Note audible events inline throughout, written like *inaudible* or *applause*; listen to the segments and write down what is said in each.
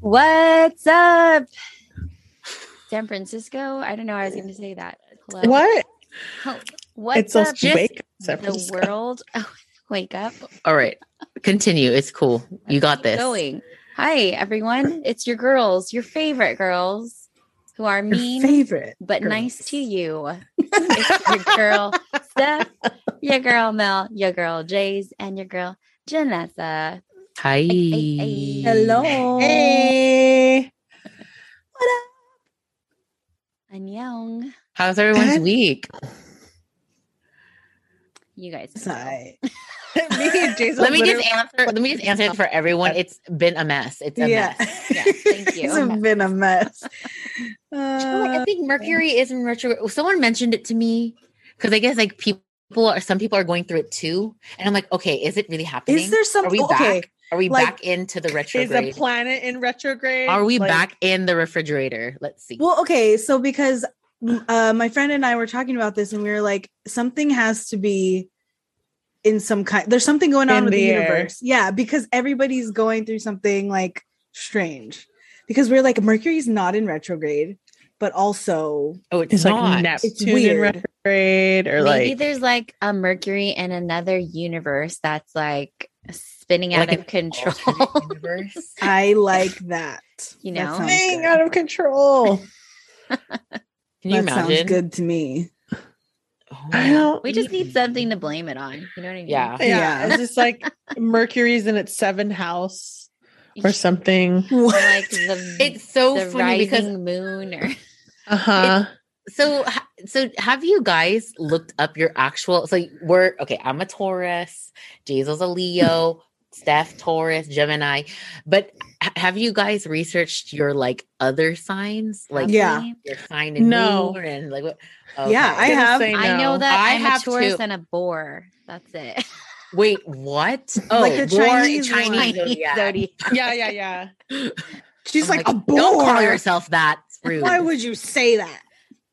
What's up? San Francisco? I don't know. I was going to say that. Hello. What? Oh, What's it's a up? Just wake up, San the Francisco. world. *laughs* Oh, Wake up. *laughs* All right. Continue. It's cool. You got this. Going. Hi, everyone. It's your girls, your favorite girls who are Your mean favorite. but girls. nice to you. It's your girl, Steph, your girl, Mel, your girl, Jays, and your girl, Janessa. Hi. Hey, hey, hey. Hello. Hey. Annyeong. How's everyone's week? You guys. It's know. all right. *laughs* Me and Jason. Let me literally- just answer. Let me just answer it for everyone. It's been a mess. It's a Yeah. mess. Yeah, thank you. *laughs* it's been a mess. You know what? I Uh, think Mercury is in retrograde. Someone mentioned it to me because I guess like people are some people are going through it too, and I'm like, okay, is it really happening? is there Are we something? Okay. back? Are we like, back into the Is a retrograde? planet in retrograde? Are we Like- back in the refrigerator? Let's see. Well, okay, so because mm, uh, my friend and I were talking about this, and we were like, something has to be in some kind. There's something going on In with the, the air. universe, yeah, because everybody's going through something like strange. Because we're like, Mercury's not in retrograde, but also oh, it's, It's not. *laughs* like Neptune It's weird. in retrograde or Maybe like there's like a Mercury in another universe that's like spinning out Like of Alternate control. universe. I like that. You That know? sounds thing good. out of control. Can you that imagine? sounds good to me. Oh. I don't- *laughs* we just need something to blame it on. You know what I mean? Yeah. *laughs* Yeah, Yeah. it's just like Mercury's in its seventh house or something. Or What? like the *laughs* It's so the funny rising because moon or Uh huh. so h- so have you guys looked up your actual so we're okay, I'm a Taurus, Jazel's *laughs* a Leo, Steph Taurus, Gemini, but h- have you guys researched your like other signs? *laughs* Like Yeah. something. your sign and No. moon and like what Yeah, I okay. have- I know that I I am have a Taurus to- and a boar. That's it. wait, what? Oh the Boar and Chinese one. Chinese oh, Chinese zodiac. zodiac. Yeah, yeah, yeah. She's I'm like, a bore. Don't call yourself *laughs* that. It's rude. Why would you say that?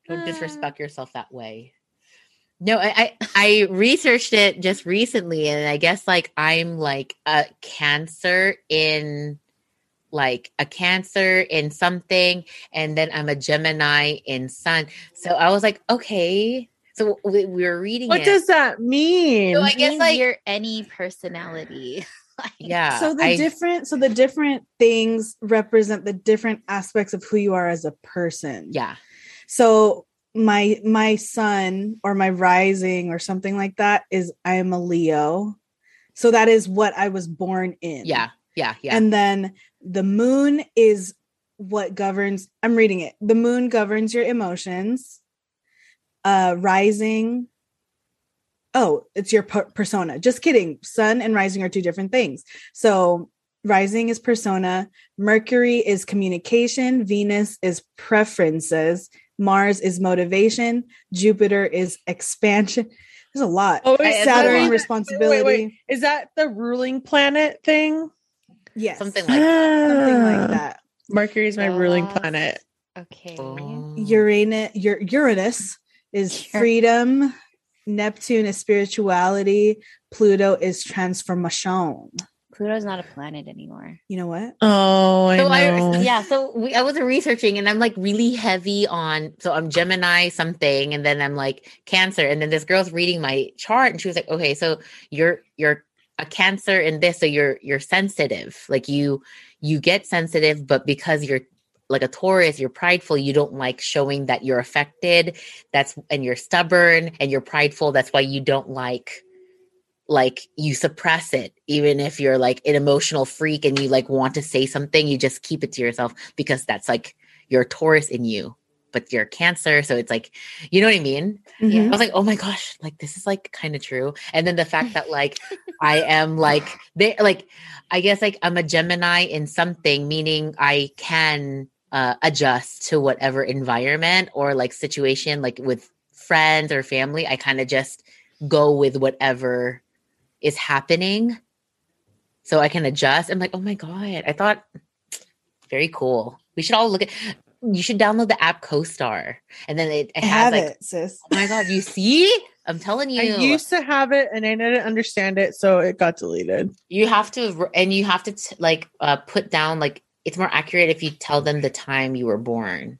Uh. don't disrespect yourself that way no I, I i researched it just recently and i guess like i'm like a cancer in like a cancer in something and then i'm a gemini in sun so i was like okay so we, we were reading What it. does that *laughs* mean? *laughs* so i guess Means like you're any personality. Like, yeah so the I- different so the different things represent the different aspects of who you are as a person yeah so my my sun or my rising or something like that is i am a leo so that is what i was born in yeah yeah yeah and then the moon is what governs i'm reading it the moon governs your emotions uh rising oh it's your per- persona just kidding sun and rising are two different things so rising is persona mercury is communication venus is preferences mars is motivation jupiter is expansion there's a lot Oh, wait, it's a saturn lot. responsibility Wait, wait. Is that the ruling planet thing? yes something like something like Ah. that Mercury's my ruling Yes. planet. Okay. Oh. Mm. Uranus, Ur- Uranus is Sure. freedom. Neptune is spirituality. Pluto is transformation. Pluto's not a planet *laughs* anymore. *laughs* You know what? Oh, I so know. I, yeah, so we, I was researching and I'm like really heavy on, so I'm Gemini something, and then I'm like Cancer, and then this girl's reading my chart, and she was like, okay, so you're you're a Cancer in this, so you're you're sensitive, like you you get sensitive, but because you're like a Taurus, you're prideful, you don't like showing that you're affected. That's and you're stubborn and you're prideful. That's why you don't like like you suppress it even if you're like an emotional freak and you like want to say something you just keep it to yourself because that's like your taurus in you but you're cancer so it's like you know what i mean i Mm-hmm. Yeah. was like oh my gosh like this is like kind of true and then the fact that like i am like they like i guess like i'm a gemini in something meaning i can uh, adjust to whatever environment or like situation like with friends or family i kind of just go with whatever is happening so i can adjust i'm like oh my god i thought very cool we should all look at you should download the app co-star and then it, it I has have like it, sis. Oh my god, you see? I'm telling you. I used to have it and I didn't understand it, so it got deleted. you have to and you have to t- like uh put down like it's more accurate if you tell them the time you were born.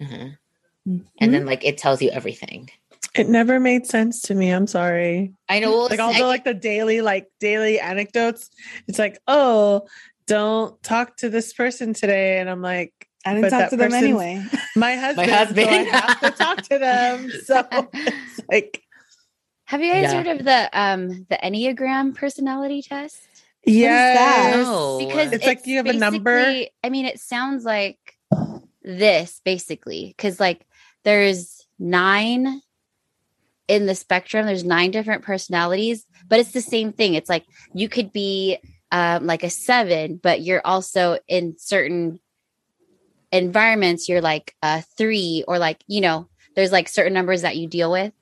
Uh-huh. And then like it tells you everything. It never made sense to me. I'm sorry. I know. Well, Like it's- all the like the daily like daily anecdotes. It's like, oh, don't talk to this person today, and I'm like, I didn't But talk that to them person's- anyway. my husband. husband. So I have to talk to them. So it's like, Have you guys Yeah. heard of the um the Enneagram personality test? yes, No. Because It's like you have a number? basically- I mean, it sounds like this basically because like there's nine in the spectrum. There's nine different personalities, but it's the same thing. It's like you could be um, like a seven, but you're also in certain environments. You're like a three, or like you know, there's like certain numbers that you deal with.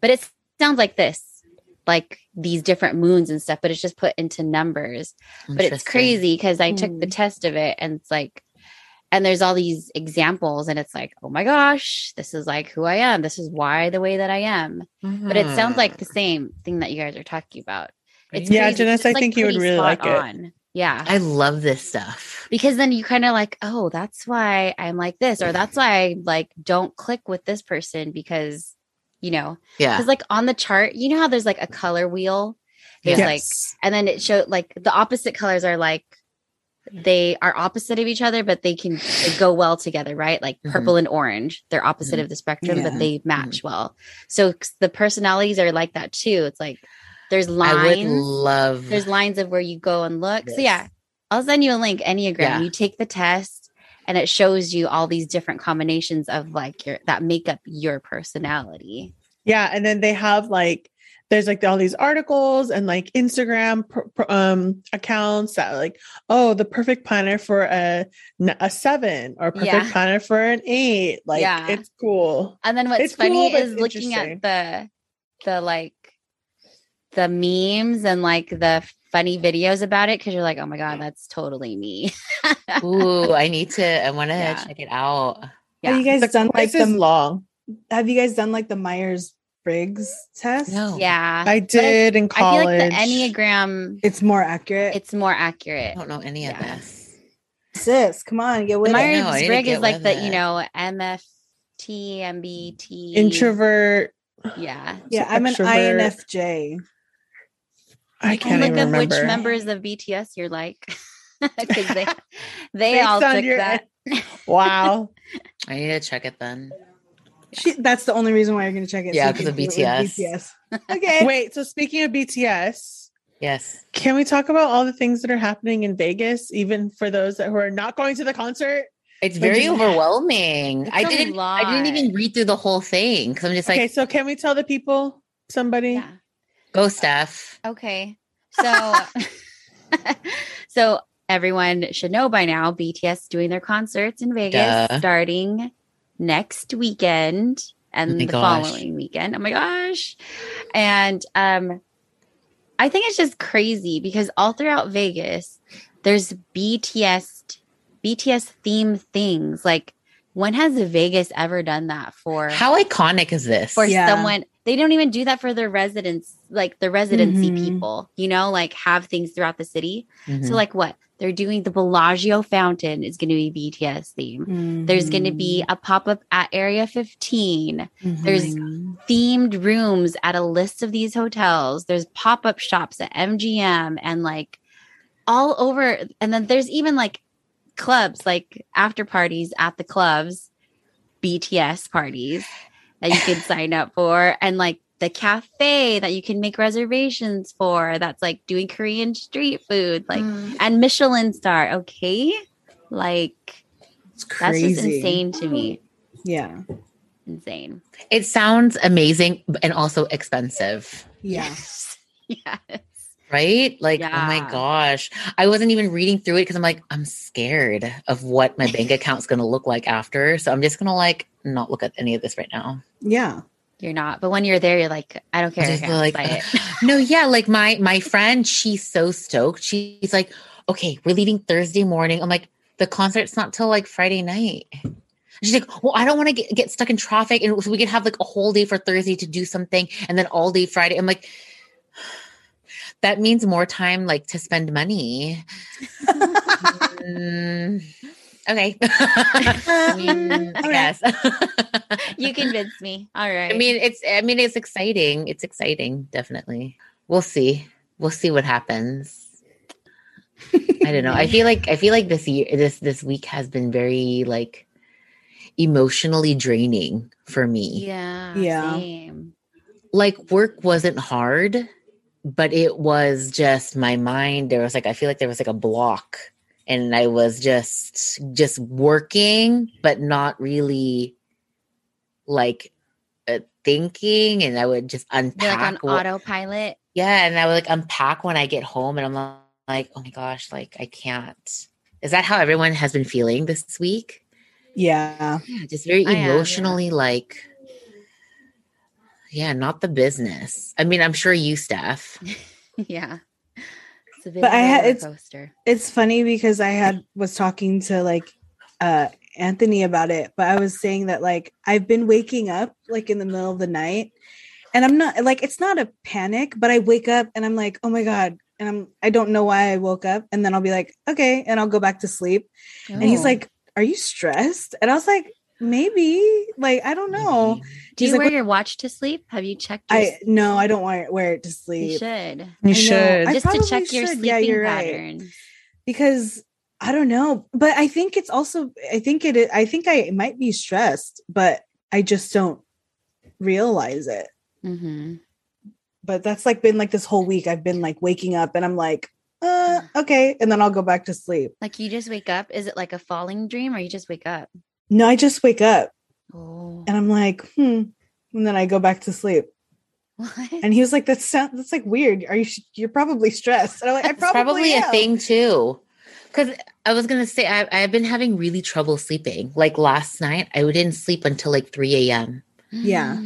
But it sounds like this, like these different moons and stuff. But it's just put into numbers but it's Interesting. crazy because I took the Hmm. test of it and it's like, and there's all these examples, and it's like, oh my gosh, this is like who I am. This is why the way that I am. But it Hmm. sounds like the same thing that you guys are talking about. It's Yeah, crazy. Janice, It's, I like, think you would pretty really spot like it. on. Yeah. Mm-hmm. I love this stuff. Because then you kind of like, oh, that's why I'm like this, or that's why I like don't click with this person because, you know, Yeah. because like on the chart, you know how there's like a color wheel? There's Yeah. like and then it showed like the opposite colors are like they are opposite of each other but they can they go well together right like Mhm. purple and orange they're opposite Mm-hmm. of the spectrum Yeah. but they match well so c- the personalities are like that too it's like there's I would lines love. there's lines of where you go and look so Yes. yeah i'll send you a link enneagram Yeah. you take the test and it shows you all these different combinations of like your that make up your personality Yeah, and then they have like there's like all these articles and like Instagram pr- pr- um accounts that are like oh the perfect planner for a n- a seven or perfect Yeah. planner for an eight like Yeah. it's cool. And then what's It's cool, funny but is it's looking at the the like the memes and like the funny videos about it because you're like, oh my god, that's totally me. *laughs* ooh, I need to. I want to Yeah. check it out. Yeah. Have you guys done like This is the long. Have you guys done like the Myers Briggs test? No. yeah. I did in I feel college. like the Enneagram it's more accurate. it's more I accurate. don't know any Yeah. of this. Sis, come on, get The with Myers- it. know, I need Myers to Briggs get is like with the, you it. know, MFT, MBT. Introvert. Yeah. Yeah, I'm an Extrovert. INFJ. I Can can't look even up oh which remember. members of BTS you're like. *laughs* *laughs* Because they they Based all on took your- that. *laughs* wow. I need to check it then. She, that's the only reason why you're going to check it. Yeah, you 'cause can of do it with BTS. BTS. *laughs* Okay. Wait. So speaking of BTS, Yes. Can we talk about all the things that are happening in Vegas, even for those that who are not going to the concert? It's Like, very just- overwhelming. I It's a didn't. I lot. didn't even read through the whole thing because I'm just like, okay, so can we tell the people, somebody? Yeah. go Steph. Okay. So *laughs* so everyone should know by now BTS doing their concerts in Vegas Duh. starting next weekend and Oh my the gosh. following weekend. Oh my gosh. And um I think it's just crazy because all throughout Vegas there's BTS BTS theme things. Like when has Vegas ever done that for How iconic is this? for Yeah. someone they don't even do that for their residents like the residency Mhm. people you know like have things throughout the city Mhm. so like what they're doing the bellagio fountain is going to be bts theme there's going to be a pop-up at area 15 Mhm. there's themed rooms at a list of these hotels there's pop-up shops at mgm and like all over and then there's even like clubs like after parties at the clubs bts parties that you can sign up for and like the cafe that you can make reservations for that's like doing korean street food like Mm. and michelin star okay like It's that's just crazy. insane to me Yeah. insane it sounds amazing b- and also expensive, Yeah. yes *laughs* yes right? Like, oh my Yeah. gosh, I wasn't even reading through it because I'm like, I'm scared of what my bank account's going to look like after. So I'm just going to like not look at any of this right now. Yeah. You're not. But when you're there, you're like, I don't care. I Just can't like, buy uh, it. *laughs* no, yeah, like my my friend, she's so stoked. She's like, okay, we're leaving Thursday morning. I'm like, the concert's not till like Friday night. She's like, well, I don't want to get, get stuck in traffic, and so we could have like a whole day for Thursday to do something, and then all day Friday. I'm like, *sighs* that means more time like to spend money. Mm, okay. *laughs* Mm, I All right. guess. *laughs* *laughs* You convinced me. All right. I mean, it's. I mean, it's exciting. It's exciting. Definitely. We'll see. We'll see what happens. I don't know. I feel like. I feel like this year. This this week has been very like emotionally draining for me. yeah. Yeah. Same. Like work wasn't hard, but it was just my mind. There was like I feel like there was like a block, and I was just just working, but not really like uh, thinking. And I would just You're unpack like on what- autopilot. *laughs* yeah, and I would like unpack when I get home, and I'm like, oh my gosh, like I can't. Is that how everyone has been feeling this week? yeah. Yeah, just very I am, yeah. emotionally like, yeah, not the business. I mean, I'm sure you, Steph. yeah. It's a bit But I had- it's- coaster. It's funny because I had was talking to like uh Anthony about it, but I was saying that like I've been waking up like in the middle of the night and I'm not like it's not a panic, but I wake up and I'm like, "Oh my god." And I'm I don't know why I woke up and then I'll be like, "Okay," and I'll go back to sleep. And he's Oh. like, "Are you stressed?" And I was like, "Maybe." Like, I don't Oh. know. Do you he's like, wear "What-" your watch to sleep? Have you checked? Your I no, I don't wear, wear it to You sleep. should. know. You should. I Just to probably check your should. sleeping Yeah, you're right. pattern. because I don't know, but I think it's also I think it is- I think I might be stressed, but I just don't realize it. Mm-hmm. But that's like been like this whole week I've been like waking up and I'm like, uh, okay, and then I'll go back to sleep. Like you just wake up. Is it like a falling dream or you just wake up? No, I just wake up Oh. and I'm like, hmm, and then I go back to sleep. *laughs* What? And he was like, that's sound- that's like weird. Are you you're probably stressed? And I'm like, I *laughs* It's probably, probably, a am." thing too. Because I was gonna say I, I've been having really trouble sleeping. Like last night, I didn't sleep until like 3 a.m. Yeah.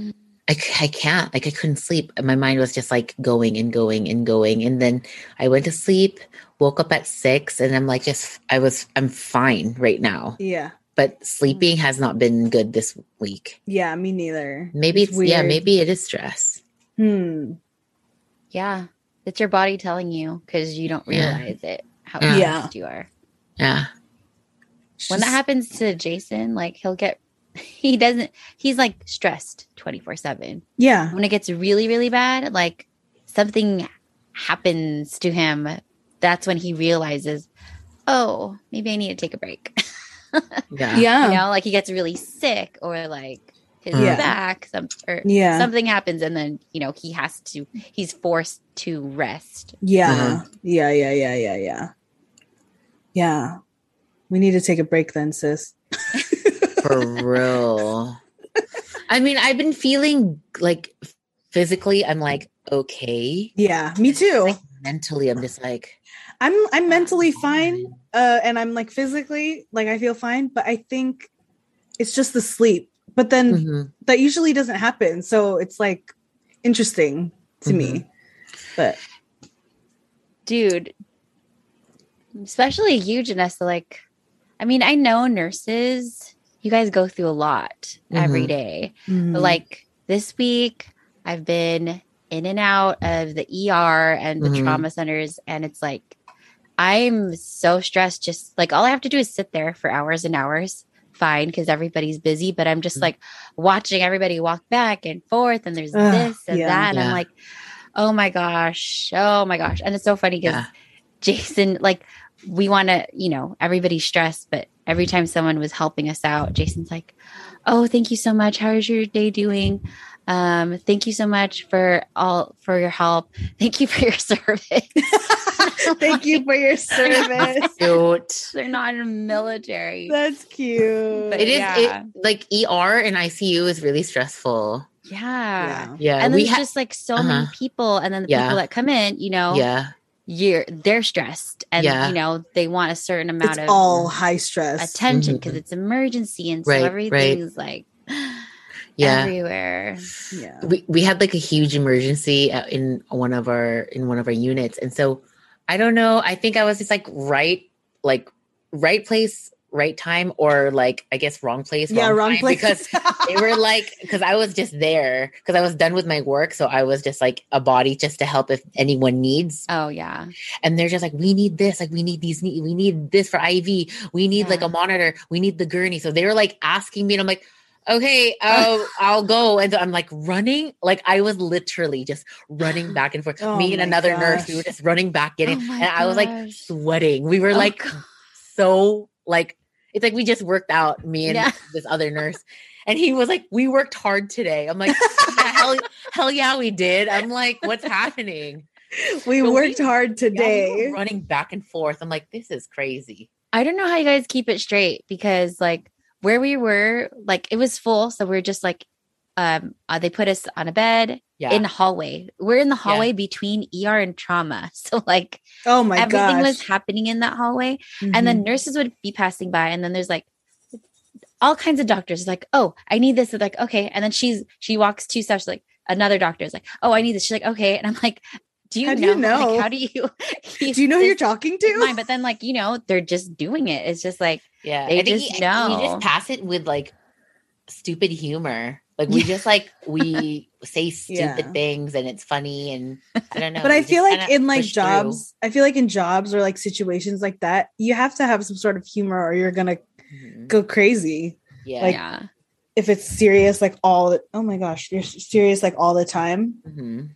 I, c- I can't like i couldn't sleep my mind was just like going and going and going and then i went to sleep woke up at six and i'm like just i was i'm fine right now Yeah, but sleeping has not been good this week yeah, me neither. maybe it's, yeah weird. maybe it is stress Hmm. *laughs* Yeah. It's your body telling you because you don't Yeah. realize it how Yeah. stressed you are. yeah When that happens to Jason, like he'll get, *laughs* he doesn't, he's like stressed 24 7. Yeah, When it gets really, really bad, like something happens to him. That's when he realizes, oh, maybe I need to take a break. *laughs* yeah you yeah, know like he gets really sick or like his Yeah. back some or yeah. something happens and then you know he has to he's forced to rest Yeah. Uh-huh. Yeah. Yeah. Yeah. Yeah. Yeah. Yeah. We need to take a break then, sis. for real i mean i've been feeling like physically i'm like okay Yeah. Me too. Like, mentally i'm just like I'm I'm mentally fine. Uh and I'm like physically, like I feel fine, but I think it's just the sleep. But then Mhm. that usually doesn't happen. So it's like interesting to me. But dude especially you janessa like i mean i know nurses you guys go through a lot every Mhm. day Mm-hmm. But, like this week i've been in and out of the er and the Mm-hmm. Mhm. trauma centers and it's like i'm so stressed just like all i have to do is sit there for hours and hours fine because everybody's busy but i'm just Mm-hmm. Mhm. like watching everybody walk back and forth and there's Ugh, this and yeah. that and Yeah. i'm like oh my gosh oh my gosh and it's so funny because yeah Jason, like, we want to, you know, everybody's stressed, but every time someone was helping us out, Jason's like, "Oh, thank you so much. How is your day doing? Um, thank you so much for all for your help. Thank you for your *laughs* service." *laughs* thank you *laughs* for your service. cute They're not in the military. That's cute. But It is Yeah. it, like ER and ICU is really stressful. yeah. Yeah. Yeah, And then we there's have. just like so many uh-huh. people, and then the Yeah. people that come in, you know, yeah, you're they're stressed, and Yeah. you know they want a certain amount It's of all high stress. attention because Mhm. it's emergency and so Right, right. everything's like yeah. everywhere Yeah. We we had like a huge emergency uh, in one of our in one of our units, and so I don't know. I think I was just like right, like right place, right time or like I guess wrong place. yeah, wrong time, place. *laughs* Because they were like, because I was just there because I was done with my work, so I was just like a body just to help if anyone needs. Oh yeah. And they're just like, we need this, like we need these, need we need this for IV, we need like Yeah. a monitor, we need the gurney. So they were like asking me, and I'm like. Okay, *laughs* I'll, I'll go. And so I'm like running. Like I was literally just *gasps* running back and forth. Oh Me and my another nurse, we gosh. were just running back, getting. Oh my and I was like gosh. sweating. We were like Oh, God. so like it's like we just worked out me and Yeah. this other nurse and he was like we worked hard today i'm like "Yeah, *laughs* hell, hell yeah we did i'm like what's happening we But we- worked hard Yeah, we were today. running back and forth i'm like this is crazy I don't know how you guys keep it straight because like where we were, like it was full, so we are just like, um, uh, they put us on a bed yeah in the hallway. We're in the hallway between ER and trauma, *laughs* so like oh my everything gosh. Mm-hmm. was happening in that hallway, and then nurses would be passing by, and then there's like all kinds of doctors like, oh, I need this. They're like, okay, and then she's she walks two steps, like another doctor's like, oh, I need this. She's like, okay, and I'm like, do you How do know? you Like, know? how do you? *laughs* keep Mm-hmm. do you know who this you're talking in mind? to? But then, like you know, they're just doing it. It's just like. yeah They I think just you- know. we just pass it with like stupid humor like we just like we *laughs* say stupid Yeah. things and it's funny and i don't know But I we feel just like kinda in like push through. jobs, I feel like in jobs or like situations like that, you have to have some sort of humor or you're gonna Mhm. go crazy. yeah like- yeah. If it's serious, like all the- oh my gosh, you're s- serious like all the time. Mhm.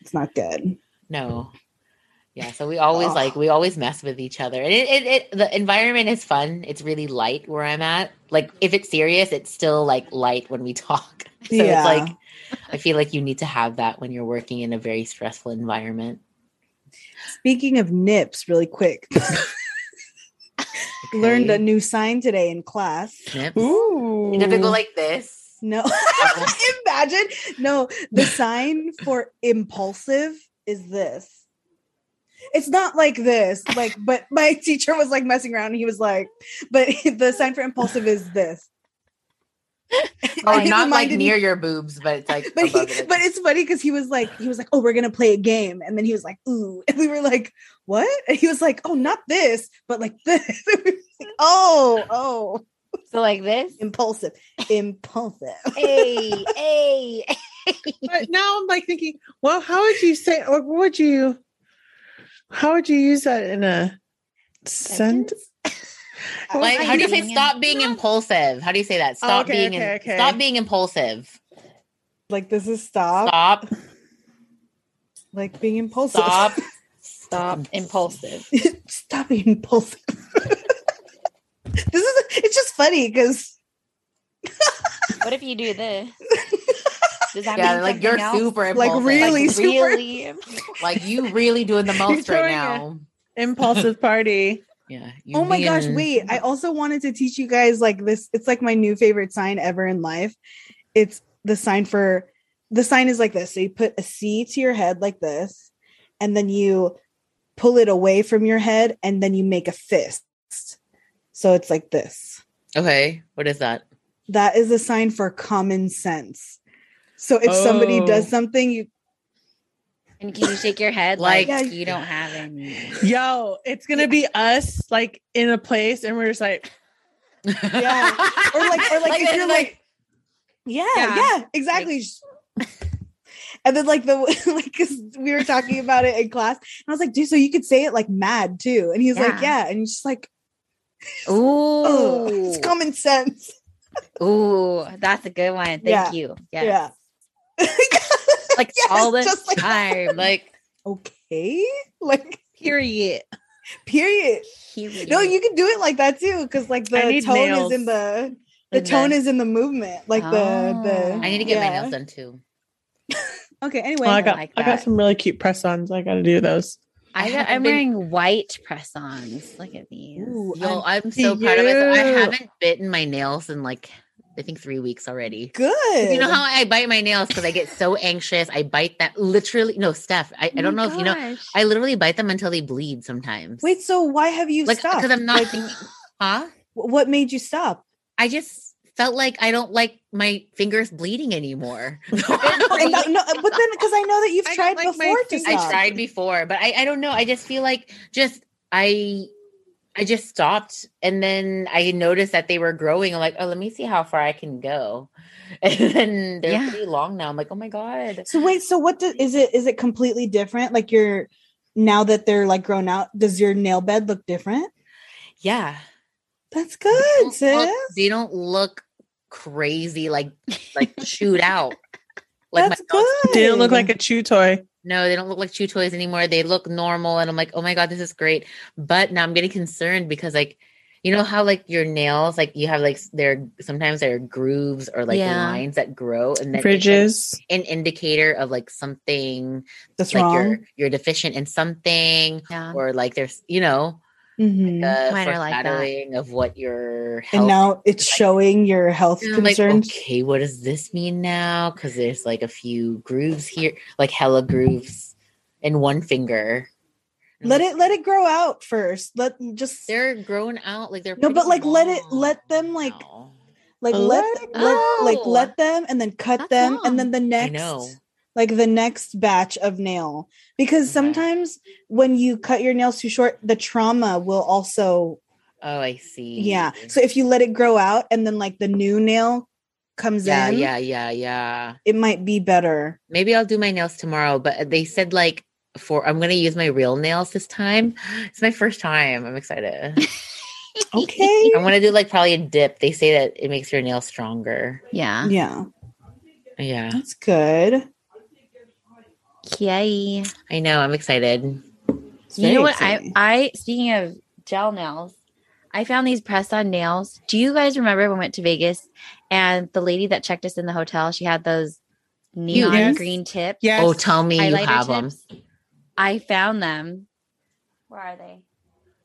It's not good. No. Yeah, so we always Ugh. like we always mess with each other. And it, it, it the environment is fun. It's really light where I'm at. Like if it's serious, it's still like light when we *laughs* talk. So Yeah. it's like I feel like you need to have that when you're working in a very stressful environment. Speaking of nips, really quick, learned a Okay. new sign today in class. Yep. Ooh. You have to go like *laughs* this. No, Oh, imagine. No, the sign for impulsive is this. It's not like this, like, but my *laughs* teacher was like messing around. And he was like, but *laughs* the sign for impulsive is this. Oh, It not like reminded me- near your boobs, but it's like *laughs* But he, above it. but it's funny because he was like, he was like, oh, we're gonna play a game, and then he was like, ooh, *laughs* and we were like, what? And he was like, oh, not this, but like this. *laughs* We were like, oh, oh, So like this. impulsive, impulsive. hey, hey. But now I'm like thinking, well, how would you say, or what would you, how would you use that in a sentence? like, how do you say Being stop being impulsive? How do you say that? Stop okay, being okay, okay. stop being impulsive. *laughs* Like this is *laughs* stop. Stop. Like being impulsive. Stop. *laughs* Stop impulsive. *laughs* Stop being impulsive. *laughs* this is it's just funny because What if you do this? Does that *laughs* Yeah, mean like you're something else? super Like, impulsive. really super- really? Like you *laughs* really doing the most throwing right it. now. Impulsive party. Yeah. you oh my gosh, being- wait. I also wanted to teach you guys like this. It's like my new favorite sign ever in life. It's the sign for the sign is like this. So you put a C to your head like this, and then you pull it away from your head, and then you make a fist. So it's like this. Okay. What is that? That is a sign for common sense. So if somebody Oh. does something, you And can you shake your head like, Like- you don't have any? Yo, it's gonna be us like in a place, and we're just like, Yeah. Or like- or like if this, you're like- Yeah, Yeah. yeah, exactly. *laughs* and then like the *laughs* like 'cause we were talking about it in class, and I was like, dude, so you could say it like mad too. And he was like, Yeah. yeah, and he's just like, oh, Ooh. it's common sense. Ooh, that's a good one. Thank Yeah. you. Yes. Yeah. *laughs* Like Yes, all the just like- time. Like like Okay, like period. period. Period. No, you can do it like that too, because like I the need tone nails. is in the the tone is in the movement, like the the. Oh. *laughs* I need to get my yeah. nails done too. Okay. Anyway, well, "Oh, I don't got, like I got that. some really cute press-ons. I gotta do those. I got, haven't I'm been- wearing white press ons. Look at these. Ooh, Yo, I'm I'm, so proud of myself. I cute. haven't bitten my nails in like I think three weeks already. good. You know how I bite my nails because I get so anxious. I bite that literally. No, Steph, I, Oh I don't know if you know. Oh I literally bite them until they bleed sometimes. Wait. So why have you like stopped? because I'm not thinking, huh? Wh- What made you stop? I just felt like I don't like my fingers *laughs* bleeding anymore. *laughs* And that- no, but then because I know that you've *laughs* I don't tried like my before to fingers. stop. I tried before, but I, I don't know. I just feel like just I I just stopped and then I noticed that they were growing. I'm like, oh, let me see how far I can go. *laughs* And then they're Yeah. pretty long now. I'm like, oh my God. So wait, so what do, is it? Is it completely different? Like you're now that they're like grown out, does your nail bed look different? Yeah. That's They good, don't look- sis. they don't look crazy like like chewed out. Like That's my nails- good. Didn't look like a chew toy. no, they don't look like chew toys anymore. They look normal. And I'm like, oh my God, this is great. But now I'm getting concerned because like you know how like your nails, like you have like s- there sometimes there are grooves or like Yeah. lines that grow and then it's, like, Fridges. an indicator of like something That's like uh, wrong. you're you're deficient in something Yeah. Mm-hmm. or like there's you know Mhm. the Mine are like that. foreshadowing of what your health and now it's like- showing your health And I'm like concerns. okay what does this mean now because there's like a few grooves here like hella grooves in one finger And I'm let like, it let it grow out first. Let just they're grown out like they're No, but, pretty Oh. like, let it- long let them, like, now. like let, them- let like Oh. let them and then cut That's them and long. then the I next know like the next batch of nail because Okay. sometimes when you cut your nails too short the trauma will also oh I see yeah so if you let it grow out and then like the new nail comes yeah in yeah yeah yeah it might be *laughs* better Maybe I'll do my nails tomorrow, but they said like for I'm gonna use my real nails this time. It's my first time. I'm excited. okay I'm gonna do like probably a dip. They say that it makes your nails stronger. Yeah. yeah Yeah, that's good Yay. I know. *laughs* I'm excited. It's You very know what? I exciting. I speaking of gel nails, I found these press on nails. Do you guys remember when we went to Vegas and the lady that checked us in the hotel, she had those neon Yes. green tips. Yes. Oh, tell me you Highlighter have them. tips. I found them. Where are they?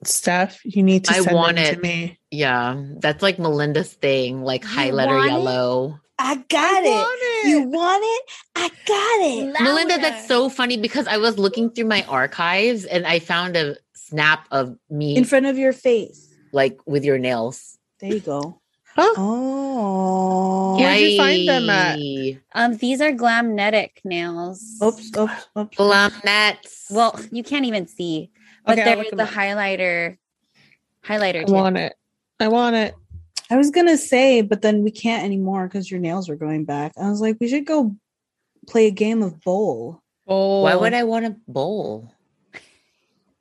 Steph, you need to I send them want to it. me. Yeah, that's like Melinda's thing, like You highlighter want it? yellow. I got it you want it i got it Melinda, that's so funny because I was looking through my archives and I found a snap of me in front of your face like with your nails. there you go Huh? oh Where'd you find them at? Yay. Um, these are glamnetic nails. oops oops oops Plum nuts. Well, you can't even see, but Okay, I'll they're look 'em the up. highlighter, highlighter. I tips. want it. I want it. I was gonna say, but then we can't anymore because your nails were going back. I was like, we should go play a game of *laughs* bowl. Oh, Why would I want a bowl?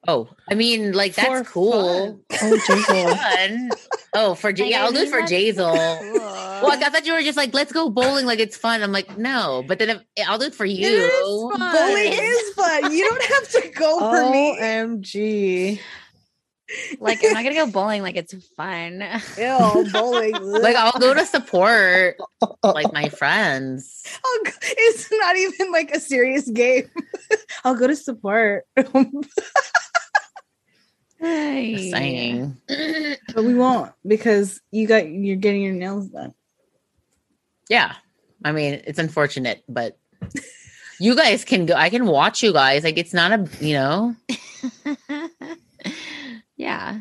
Oh, I mean, like that's cool. Oh, *laughs* jizzle. Fun. Oh, for J- Like, yeah, I I'll do it think for that's Jazel. cool. Well, I thought you were just like, let's go bowling, like it's fun. I'm like, no, but then if, I'll do it for you. fun. Bowling is fun. You don't have to *laughs* go for me. OMG. like I'm not gonna go bowling. Like it's fun. *laughs* Oh, Ew, bowling. Like *laughs* like, I'll go to support like my friends. I'll go- it's not even like a serious game. *laughs* I'll go to support, *laughs* but Just Hey. saying. we won't because you got you're getting your nails done. Yeah, I mean, it's unfortunate, but you guys can go. I can watch you guys. Like it's not a, you know, *laughs* yeah,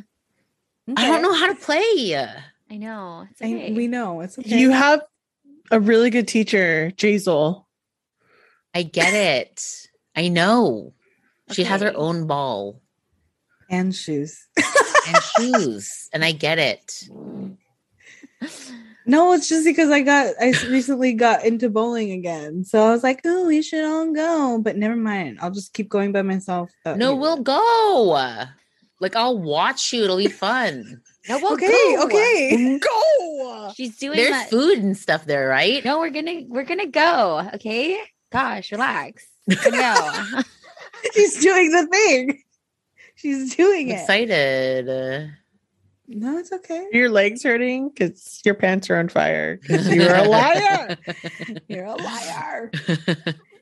I don't know how to play. I know. It's I- okay. we know it's okay. You have a really good teacher, Jazel. I get it. I know. She has her Okay. own ball and shoes. and shoes, and I get it. No, it's just because I got I s- recently got into bowling again. So I was like, oh, we should all go. But never mind. I'll just keep going by myself. Oh, No, yeah. we'll go. Like I'll watch you. It'll be fun. No, we'll okay, go. okay. Go. She's doing There's that. food and stuff there, right? No, we're gonna we're gonna go. Okay. Gosh, relax. We're gonna *laughs* go. *laughs* She's doing the thing. She's doing I'm it. excited. No, it's okay. Your legs hurting because your pants are on fire *laughs* because you're *laughs* a liar. You're a liar.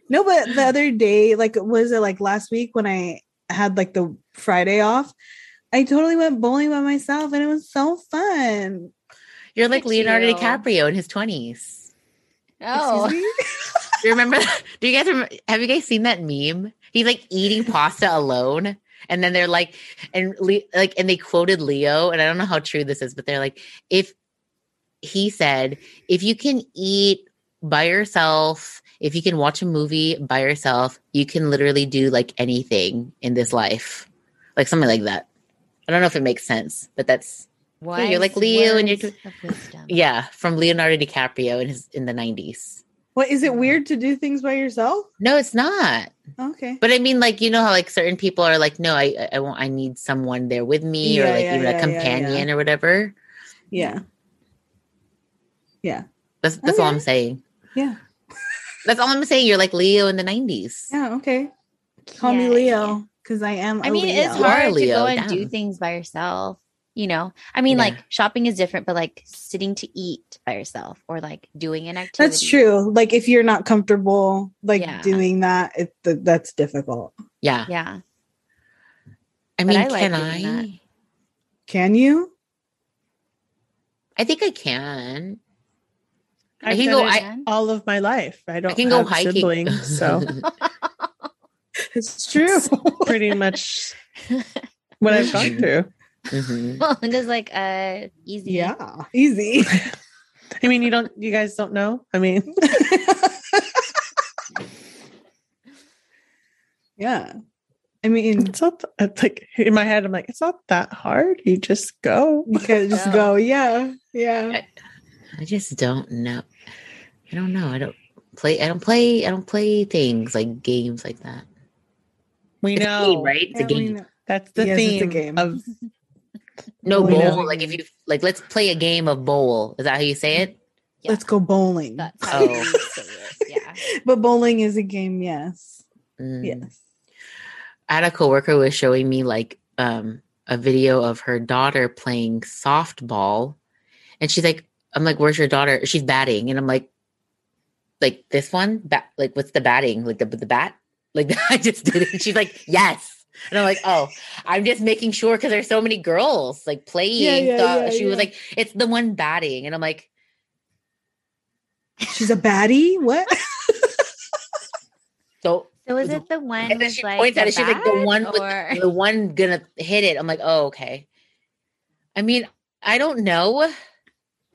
No, but the other day, like was it like last week when I had like the Friday off? I totally went bowling by myself and it was so fun. You're like Look at Leonardo you. DiCaprio in his twenties. Oh, *laughs* Excuse me? Do you remember? *laughs* Do you guys remember? Have you guys seen that meme? He's like eating pasta alone, and then they're like, and Le, like, and they quoted Leo, and I don't know how true this is, but they're like, if he said, if you can eat by yourself, if you can watch a movie by yourself, you can literally do like anything in this life, like something like that. I don't know if it makes sense, but that's Why you're like Leo and you're yeah. yeah, from Leonardo DiCaprio in his in the 90s. What is Is it weird to do things by yourself? No, it's not. Okay. But I mean, like you know how like certain people are like, no, I I- I want I need someone there with me or Yeah, like yeah, even yeah, a yeah, companion or whatever. Yeah. That's that's all I'm Okay. saying. Oh, Yeah. that's all I'm saying. You're like Leo in the 90s. Yeah. Okay. Call me Leo because I am. I a mean, Leo. it's You are hard to Leo, go and do yeah. things by yourself. You know, I mean, Yeah. like shopping is different, but like sitting to eat by yourself or like doing an activity. That's true. Like if you're not comfortable like Yeah. doing that, it th- that's difficult. Yeah. Yeah. I But mean, I like can I? doing that. Can you? I think I can. I I've can done go. it I, Jen? all of my life. I don't I can go have hiking. siblings, so It's true. pretty much *laughs* what I've gone through. Mhm. and *laughs* just like uh easy. yeah. Easy. *laughs* I mean, you don't, you guys don't know. I mean, yeah. I mean, it's not it's like in my head. I'm like, it's not that hard. You just go. you could just No. go, yeah, yeah. I just don't know. I don't know. I don't play. I don't play. I don't play things like games like that. We It's know, a game, right? It's Yeah, a we game. know. That's the Yes, it's a theme game. of No We know. bowl. Like if you like, let's play a game of bowl. Is that how you say it? Yeah. Let's go *laughs* bowling. *laughs* That's how Oh. you say it. Yeah. But bowling is a game, yes. Mm. Yes. I had a coworker who was showing me like um a video of her daughter playing softball, and she's like, "I'm like, where's your daughter? She's batting," and I'm like, "Like this one, bat? Like what's the batting? Like the the bat? Like *laughs* I just did it." She's like, "Yes." And I'm like, oh, I'm just making sure because there's so many girls like playing. yeah, so yeah, she yeah. was like, it's the one batting. And I'm like, She's a baddie? What? *laughs* so So is it the one? And then with, she like, points at the it. She's like, the bat, one with or- the one gonna hit it. I'm like, oh, okay. I mean, I don't know.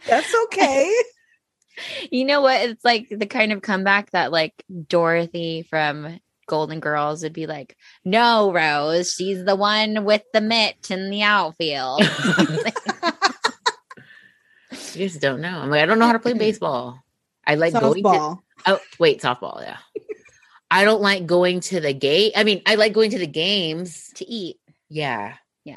That's okay. *laughs* *laughs* you know what? It's like the kind of comeback that like Dorothy from Golden Girls would be like, "No, Rose, she's the one with the mitt in the *laughs* outfield." I just don't know. I'm like, I don't know how *laughs* to play baseball. I like going to Softball. oh wait, softball, yeah. I don't like going to the gate. I mean, I like going to the games. to eat, Yeah. yeah.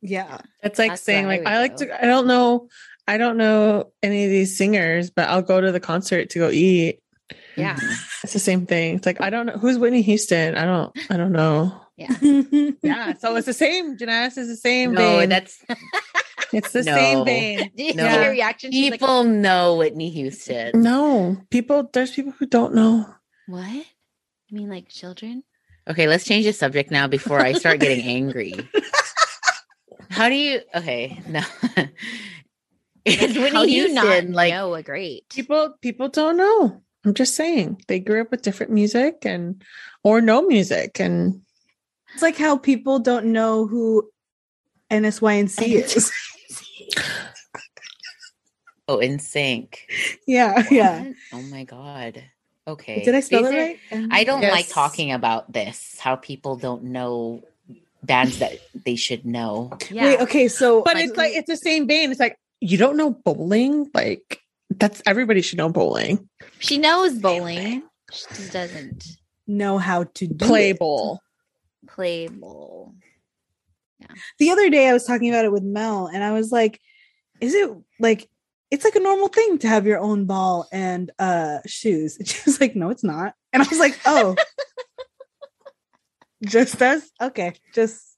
Yeah. It's like That's saying the like highway I like code. to I don't know I don't know any of these singers, but I'll go to the concert to go eat. Yeah. Mm-hmm. *laughs* It's the same thing. It's like I don't know who's Whitney Houston. I don't I don't know. Yeah. So it's the same. Janice is the same No, vein. that's it's the No. same vein. Did you No. see her reaction? She's like, people know Whitney Houston. No. People there's people who don't know. "What? You mean like children?" Okay, let's change the subject now before I start *laughs* getting angry. How do you? Okay, no. *laughs* Like, when How do you not Houston, like know a great? People people don't know. I'm just saying. They grew up with different music and or no music and It's like how people don't know who NSYNC is. oh, in sync. yeah. *laughs* Yeah. Oh my god. Okay. Did I spell These it are- right? I don't like Yes. talking about this. How people don't know bands that they should know. Yeah. Wait, okay, so but it's like it's the same vein. It's like you don't know bowling. Like that's everybody should know bowling. She knows bowling. She just doesn't know how to do Play it. bowl. play bowl. The other day I was talking about it with Mel and I was like, is it like it's like a normal thing to have your own ball and uh shoes. And *laughs* she was like, No, it's not. And I was like, *laughs* Oh. just us? Okay. Just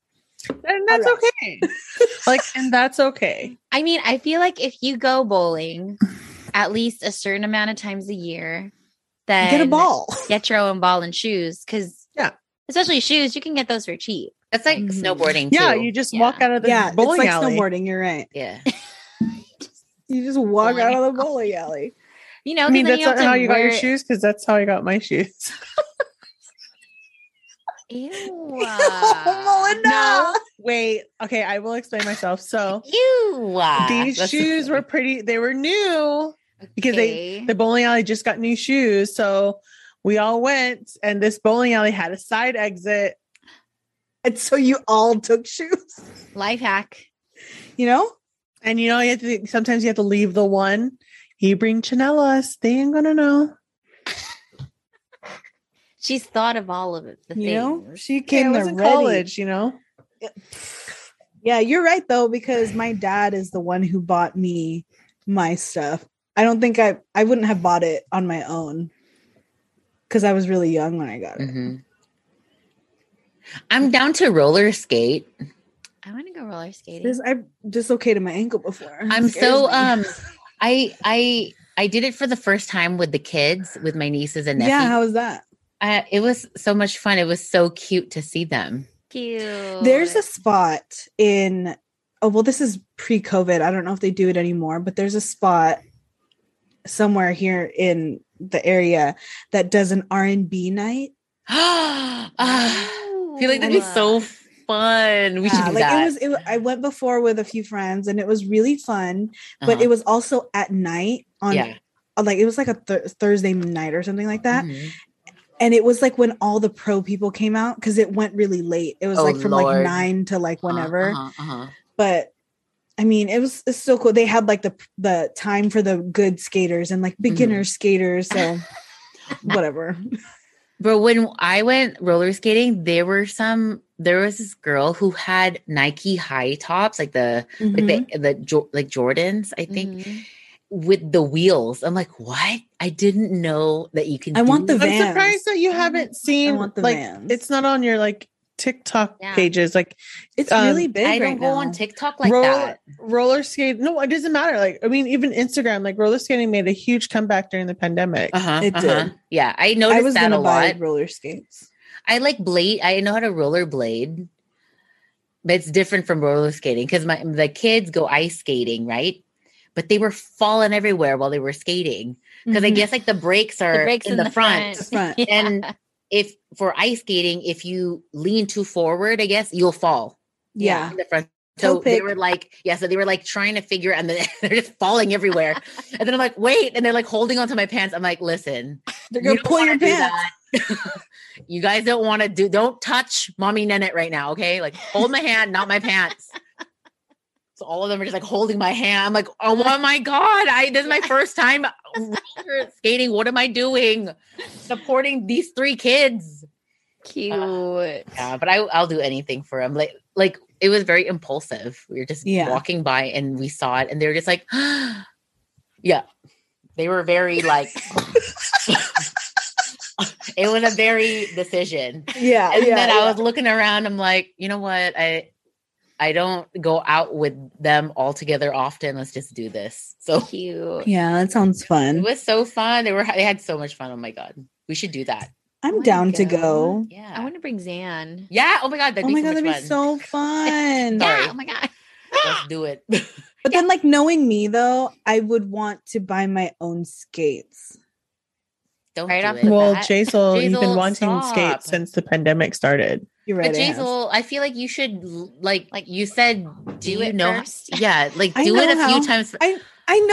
And that's Alright. okay. *laughs* like and that's okay. I mean, I feel like if you go bowling at least a certain amount of times a year, then get a ball. Get your own ball and shoes, because Yeah. especially shoes, you can get those for cheap. That's like Mhm. snowboarding. Yeah, too. you just Yeah. walk out of *laughs* the Yeah, it's bowling like alley. snowboarding, you're right. yeah. You just walk Bowling out of the bowling alley. You know, I 'cause mean, then that's you have not to how you got your wear- shoes because that's how I got my *laughs* shoes. Ew. *laughs* Melinda! Wait, okay, I will explain myself. So You. these shoes were pretty. They were new because they Okay. the bowling alley just got new shoes. So we all went, and this bowling alley had a side exit And so you all took shoes, Life hack. you know? And you know, you have to sometimes you have to leave the one. You bring Chanelas, they ain't gonna know. She's thought of all of it. The You know, things. she Came came was to in ready. college, you know. Yeah, you're right though, because my dad is the one who bought me my stuff. I don't think I I wouldn't have bought it on my own because I was really young when I got it. Mhm. I'm down to roller skate. I want to go roller skating. This I've dislocated my ankle before. It I'm scares so me. um *laughs* I I I did it for the first time with the kids, with my nieces and nephews. yeah. How is that? I, it was so much fun. It was so cute to see them. *gasps* Cute. There's *sighs* a spot in oh well, this is pre-COVID. I don't know if they do it anymore, but there's a spot somewhere here in the area that does an R and B night. Ah, I feel like that'd be Ooh. so fun. We should Oh. Yeah, do like that. it was. It, I went before with a few friends, and it was really fun. But Uh-huh. it was also at night on yeah. on, like it was like a th- Thursday night or something like that. Mhm. And it was like when all the pro people came out because it went really late. It was Oh, like from like Lord. nine to like Uh-huh, whenever. uh-huh, uh-huh. But I mean, it was it's so cool. They had like the the time for the good skaters and like Mm-hmm. beginner skaters. *laughs* So whatever. But when I went roller skating, there were some. There was this girl who had Nike high tops, like the Mhm. like the, the Jo- like Jordans, I think, Mhm. with the wheels. I'm like, what? I didn't know that you can. I want do the that. I'm Vans. surprised that you haven't Mm-hmm. I seen want the like Vans. it's not on your like TikTok Yeah. pages. Like It's um, really big. I don't right go now. on TikTok like Roll- that. roller skate. No, it doesn't matter. Like I mean, even Instagram, like roller skating made a huge comeback during the pandemic. Uh-huh, It uh-huh. did. Yeah, I I noticed was that gonna a buy lot. roller skates. I like blade. I know how to roller blade, but it's different from roller skating because my the kids go ice skating, right? But they were falling everywhere while they were skating because I Mhm. guess like the brakes are the brakes in, the, front. The *laughs* front. And *laughs* If for ice skating, if you lean too forward, I guess you'll fall Yeah. in the front. Toe So they pick. were like, yeah. So they were like trying to figure, and then *laughs* they're just *laughs* falling everywhere. and then I'm like, wait, and they're like holding onto my pants. I'm like, listen, They're gonna you don't pull wanna your do pants. *laughs* that. *laughs* you guys don't want to do. Don't touch mommy Nenet right now, okay? Like hold my hand, not my pants. So all of them are just like holding my hand. I'm like, oh, oh my god, I this is my first time roller *laughs* skating. What am I doing? Supporting these three kids. cute. Yeah, but I I'll do anything for them. Like like it was very impulsive. We were just Yeah. walking by and we saw it, and they were just like, *gasps* yeah. They were very like. *laughs* it was a very decision. Yeah. And yeah, then yeah. I was looking around. I'm like, you know what? I I don't go out with them all together often. Let's just do this. *laughs* So Cute. Yeah, that sounds it fun. was so fun. They were they had so much fun. Oh my god, we should do that. I I'm wanna down to go. go. Yeah. I want to bring Zan. yeah. Oh my god. That'd Oh be my so god, much that'd be fun. so fun. Yeah. Oh my god. Let's do it. *laughs* But then, like knowing me though, I would want to buy my own skates. Don't Right do off it. the Well, bat. Jaisal, you've been Jaisal, wanting stop. skates since the pandemic started. You're right. I But have. Jaisal, I feel like you should like like you said. Do, Do you it know? *laughs* first. *laughs* Yeah, like I do it know a how. few *laughs* times. I know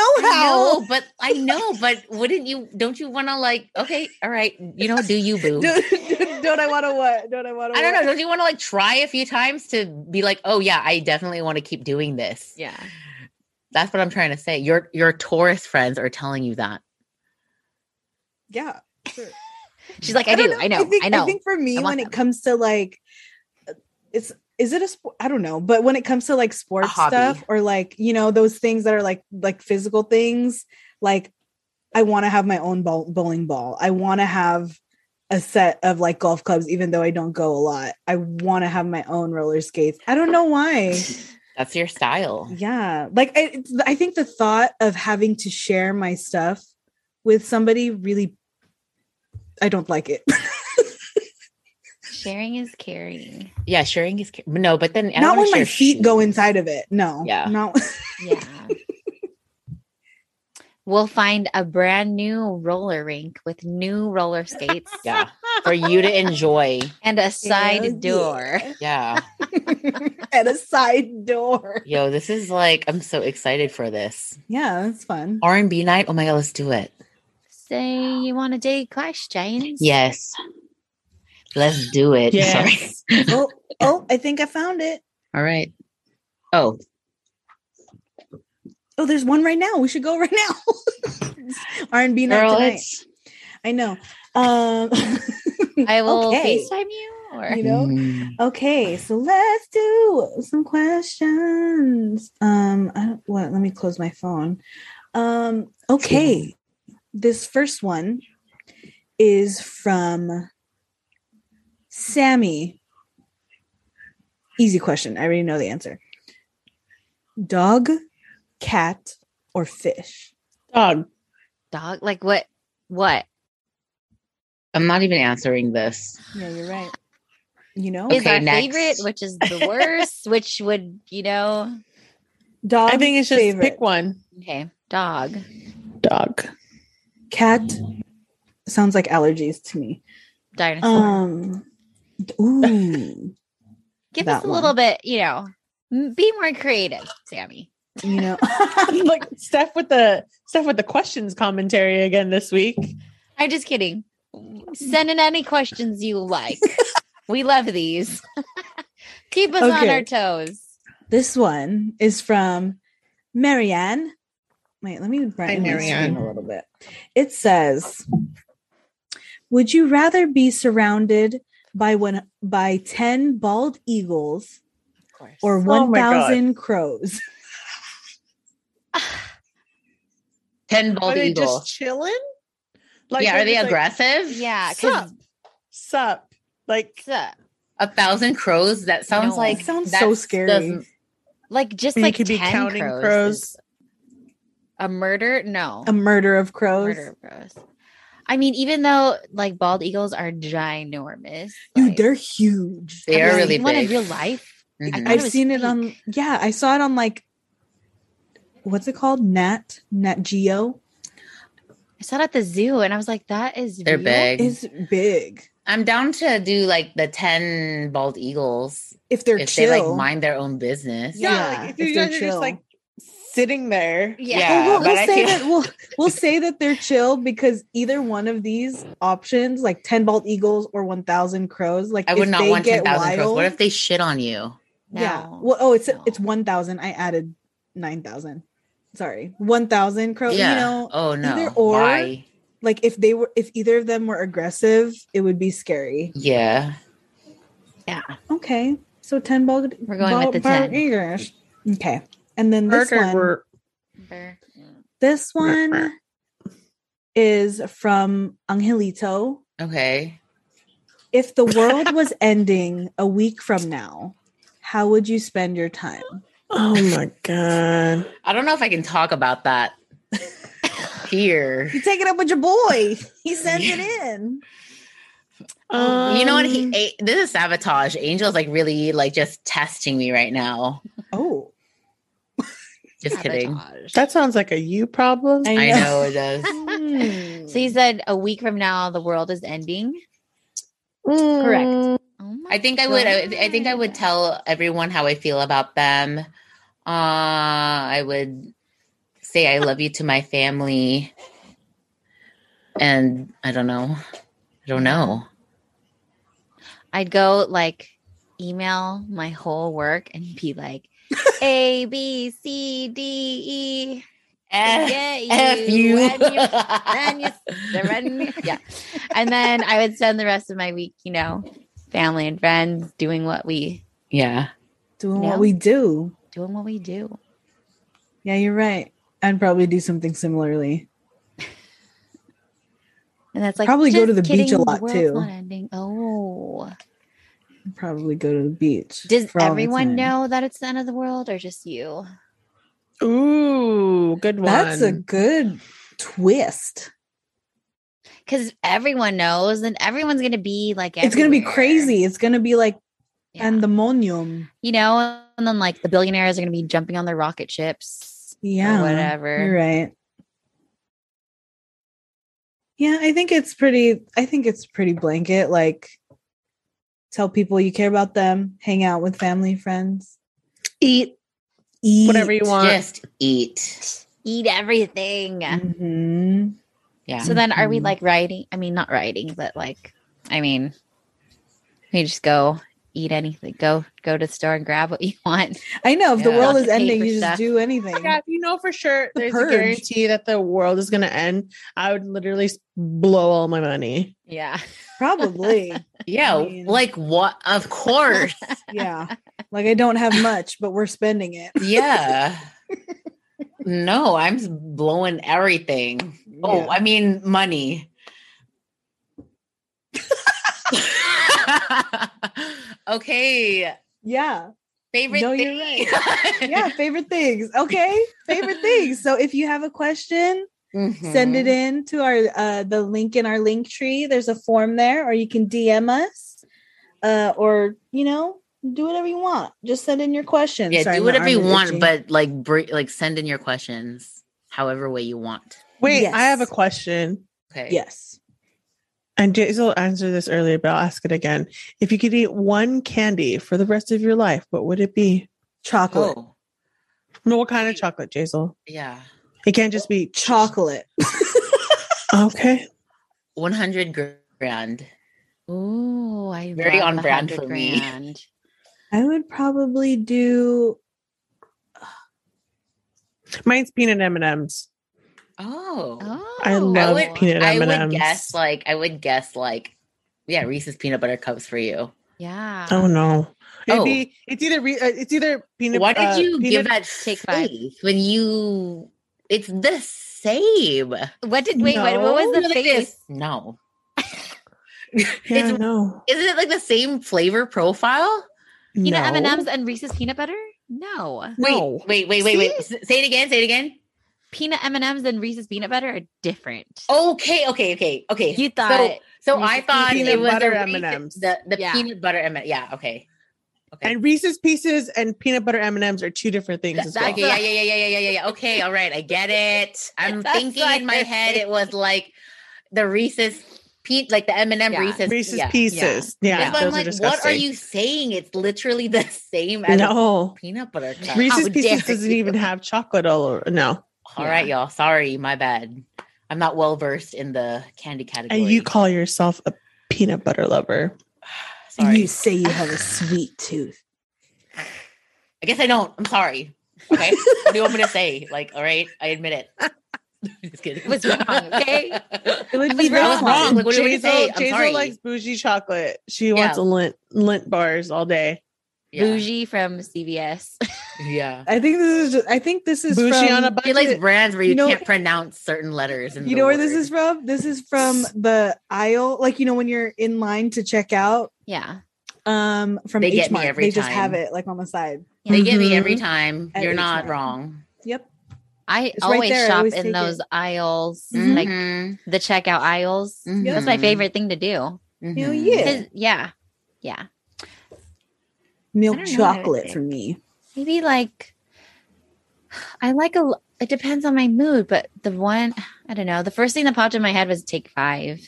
I how. *laughs* know, but I know, but wouldn't you? Don't you want to like? Okay, all right. You know, do *laughs* you boo? Do- do- don't I want to what? Don't I want to? I don't know. Don't you want to like try a few times to be like, oh yeah, I definitely want to keep doing this. Yeah. That's what I'm trying to say. Your your Taurus friends are telling you that. Yeah. She's like, I, do. don't I know. I, think, know. I *laughs* think for me, I want when it them. comes to like, it's is it a sport? I don't know. But when it comes to like sports hobby. stuff or like you know those things that are like like physical things, like I want to have my own ball- bowling ball. I want to have a set of like golf clubs, even though I don't go a lot. I want to have my own roller skates. I don't know *laughs* why. That's your style. Yeah. Like I, it's- I think the thought of having to share my stuff with somebody really, I don't like it. Sharing is caring. Yeah, sharing is ca- no, but then I not wanna when my share feet go shoes. inside of it. No. Yeah. Not *laughs* Yeah. we'll find a brand new roller rink with new roller skates Yeah, for *laughs* you to enjoy. and a side Hell door. Yeah. *laughs* at a side door. Yo, this is like I'm so excited for this Yeah, that's fun. R and B night. Oh my god, let's do it. Say you want to date Clash James? Yes, let's do it. Yes. Sorry. Well, Oh, I think I found it. All right. Oh, Oh, there's one right now. We should go right now. *laughs* R and B night girl, tonight. it's I know. Um, *laughs* I will Okay. FaceTime you or You know? Mm. Okay, so let's do some questions. Um, I don't, what, let me close my phone. Um, okay, this first one is from Sammy. Easy question. I already know the answer. Dog, cat, or fish? Dog. dog. Like what? What I'm not even answering this. Yeah, you're right. You know, is Okay, our next. favorite? Which is the worst? which would you *laughs* know? dog. I think it's just favorite. pick one. Okay, dog. Dog. Cat sounds like allergies to me. Dinosaur. Um, d- ooh. Give that us a little one. bit, you know, m- be more creative, Sammy. you know *laughs* *laughs* Look, Steph with the Steph with the questions commentary again this week. I'm just kidding. Send in any questions you *laughs* like. we love these. *laughs* Keep us on Okay. our toes. *sighs* this one is from marianne wait let me Hi, brighten my screen Marianne. a little bit it says would you rather be surrounded by one by 10 bald eagles Of course. or my God. 1000 crows Ten Are bald they eagle. just chilling? Like, yeah, are they're they just like, aggressive? yeah, uh, because Sup? Sup? Like A thousand crows. That sounds No. like That sounds so that's- scary. doesn't- like just you like could be 10 counting crows. crows. is- A murder? No. a murder of crows murder of crows. I mean, even though like bald eagles are ginormous, dude like- they're huge They Have are you really seen one in big. real life. Mhm. thought it i've was seen it fake. on yeah i saw it on like what's it called nat nat geo I saw it at the zoo, and I was like, "That is They're real? big. is big I'm down to do like the ten bald eagles if they're if chill they like mind their own business. yeah, Yeah, like if you if they're guys are just chill. like sitting there. Yeah, Yeah. "Oh, Well, we'll, but we'll I say feel- that *laughs* we'll we'll say that they're chill because either one of these options, like ten bald eagles or one thousand crows, like I would if not they want get ten thousand crows. wild- What if they shit on you? yeah. No. Well, oh, it's No. it's one thousand. I added nine thousand. Sorry, one thousand crows. yeah. You know, oh no. either or- Why? like if they were, if either of them were aggressive, it would be scary. Yeah. Okay, so ten bald. We're going bald, with the bald 10. eagles. Okay, and then this Murder one. were- Murder. This one is from Angelito. Okay. If the world was ending a week from now, how would you spend your time? Oh my god. I don't know if I can talk about that *laughs* here. You take it up with your boy. He sends it in. Oh, you know what? He Um, a- this is sabotage. Angel's like really like just testing me right now. Oh, Just kidding. Sabotage. that sounds like a you problem. I I know. know it does. So you said a week from now the world is ending. Mm. correct. Oh my I think I would. I, I think I would God. tell everyone how I feel about them. Uh, I would say I love you to my family, and I don't know. I don't know. I'd go like email my whole work and be *laughs* like A B C D E. forget F *laughs* you. and your *laughs* and you, the run- yeah. And then I would spend the rest of my week, you know, family and friends, doing what we yeah. Doing No. what we do. doing what we do. Yeah, you're right. I'd probably do something similarly. And that's like Probably go just to the beach a kidding, lot, world's too. not ending. Oh, I'd probably go to the beach. does for all the everyone time. know that it's the end of the world, or just you? Ooh, good one. That's a good twist. Because everyone knows, and everyone's gonna be like, It's going to be everywhere. crazy. It's going to be like Yeah. pandemonium. you know, and then like the billionaires are gonna be jumping on their rocket ships, Yeah. or whatever. You're right. Yeah, I think it's pretty I think it's pretty blanket like tell people you care about them, hang out with family, friends, eat eat whatever you want. Just eat. Eat everything. Mhm. Yeah. So then are we Mhm. like writing? I mean, not writing, but like, I mean, we just go eat anything. Go go to the store and grab what you *laughs* want. I know if the Yeah. world is Lots of ending, paper you stuff. just do anything. Yeah, if you know for sure The there's purge. a guarantee that the world is going to end, I would literally s- blow all my money. Yeah. *laughs* Probably. Yeah, I mean- like what? *laughs* Of course. yeah. Like I don't have much, but we're spending it. yeah. No, I'm s- blowing everything. Yeah. Oh, I mean money. *laughs* okay. Yeah. Favorite No, you're thing. *laughs* Yeah. Favorite things. Okay. Favorite things. So if you have a question, send it in to our uh the link in our link tree there's a form there or you can dm us uh or you know do whatever you want just send in your questions Yeah, Sorry, do my whatever arm you is want, itchy. but like br- like send in your questions however way you want. Wait, I have a Yes. question. Okay. yes And Jaisal answered this earlier, but I'll ask it again. If you could eat one candy for the rest of your life, what would it be? chocolate Oh, No, what kind of chocolate, Jaisal? yeah. It can't just be chocolate okay. 100 grand. Ooh, I Mm-hmm. Very love on the brand 100 for me. grand. i would probably do Mine's peanut M and M's. Oh. Oh, *laughs* I I love would, peanut I would M&Ms. guess like I would guess like yeah, Reese's peanut butter cups for you. Yeah. Oh no, it'd Oh. be it's either re, uh, it's either peanut. Why did uh, you peanut- give that Take take five. five when you it's the same? What did wait? What, what was No. the Like face? this. No. Yeah, it's- no. Isn't it like the same flavor profile? Peanut No. M and M's and Reese's peanut butter? No, No. Wait, wait, wait, wait, wait. S- Say it again, say it again. peanut M and M's and Reese's peanut butter are different. Oh, Okay, okay, okay, okay. you So- thought So, Reese's I thought peanut it was butter a M&Ms. Reese's, the, the Yeah. peanut butter M. Yeah, okay. Okay. And Reese's Pieces and peanut butter M and M's are two different things. As well. That's Okay, yeah, yeah, yeah, yeah, yeah, yeah, yeah. Okay, all right, I *laughs* get it. I'm That's thinking what in my I head did. it was like the Reese's Pete, like the M and m Yeah. Reese's. Reese's yeah. Pieces. Yeah, That's why I'm those like, are what are disgusting. you saying? It's literally the *laughs* same as a No, peanut butter. Cup. Reese- Reese's How Pieces dare doesn't you. even have chocolate all over. No, all right, y'all. Sorry, my bad. I'm not well versed in the candy category. and you call yourself a peanut butter lover? sorry. you say you have a sweet tooth I guess I don't. I'm sorry. *laughs* Okay, what do you want me to say? Like, all right, I admit it. *laughs* Just kidding. It was wrong, okay? it would I was be that wrong. one. wrong. Like, what do you want me to say? Jaisal, I'm Jaisal sorry. likes bougie chocolate. She Yeah. wants lint lint bars all day. *laughs* Yeah. bougie from CVS. yeah. i think this is just, i think this is Bougie from, on a He likes budget. *gasps* brands where you, You know- can't pronounce certain letters. In you the know where this word. is from this is from the aisle like you know when you're in line to check out Yeah. um from They H get me Mart. every they just have time. it like on the side They get me Mm-hmm. Mhm. every time. At You're each not one. wrong. yep I It's right always there. I shop always in take those it. aisles, Mhm. like Mm-hmm. the checkout aisles. That's my Mhm. favorite thing to do. Hell Mhm. Mm-hmm. yeah. 'Cause- Yeah. Yeah. I milk don't know what I would chocolate pick. for me maybe like I like a l- it depends on my mood, but the one I don't know, the first thing that popped in my head was take five.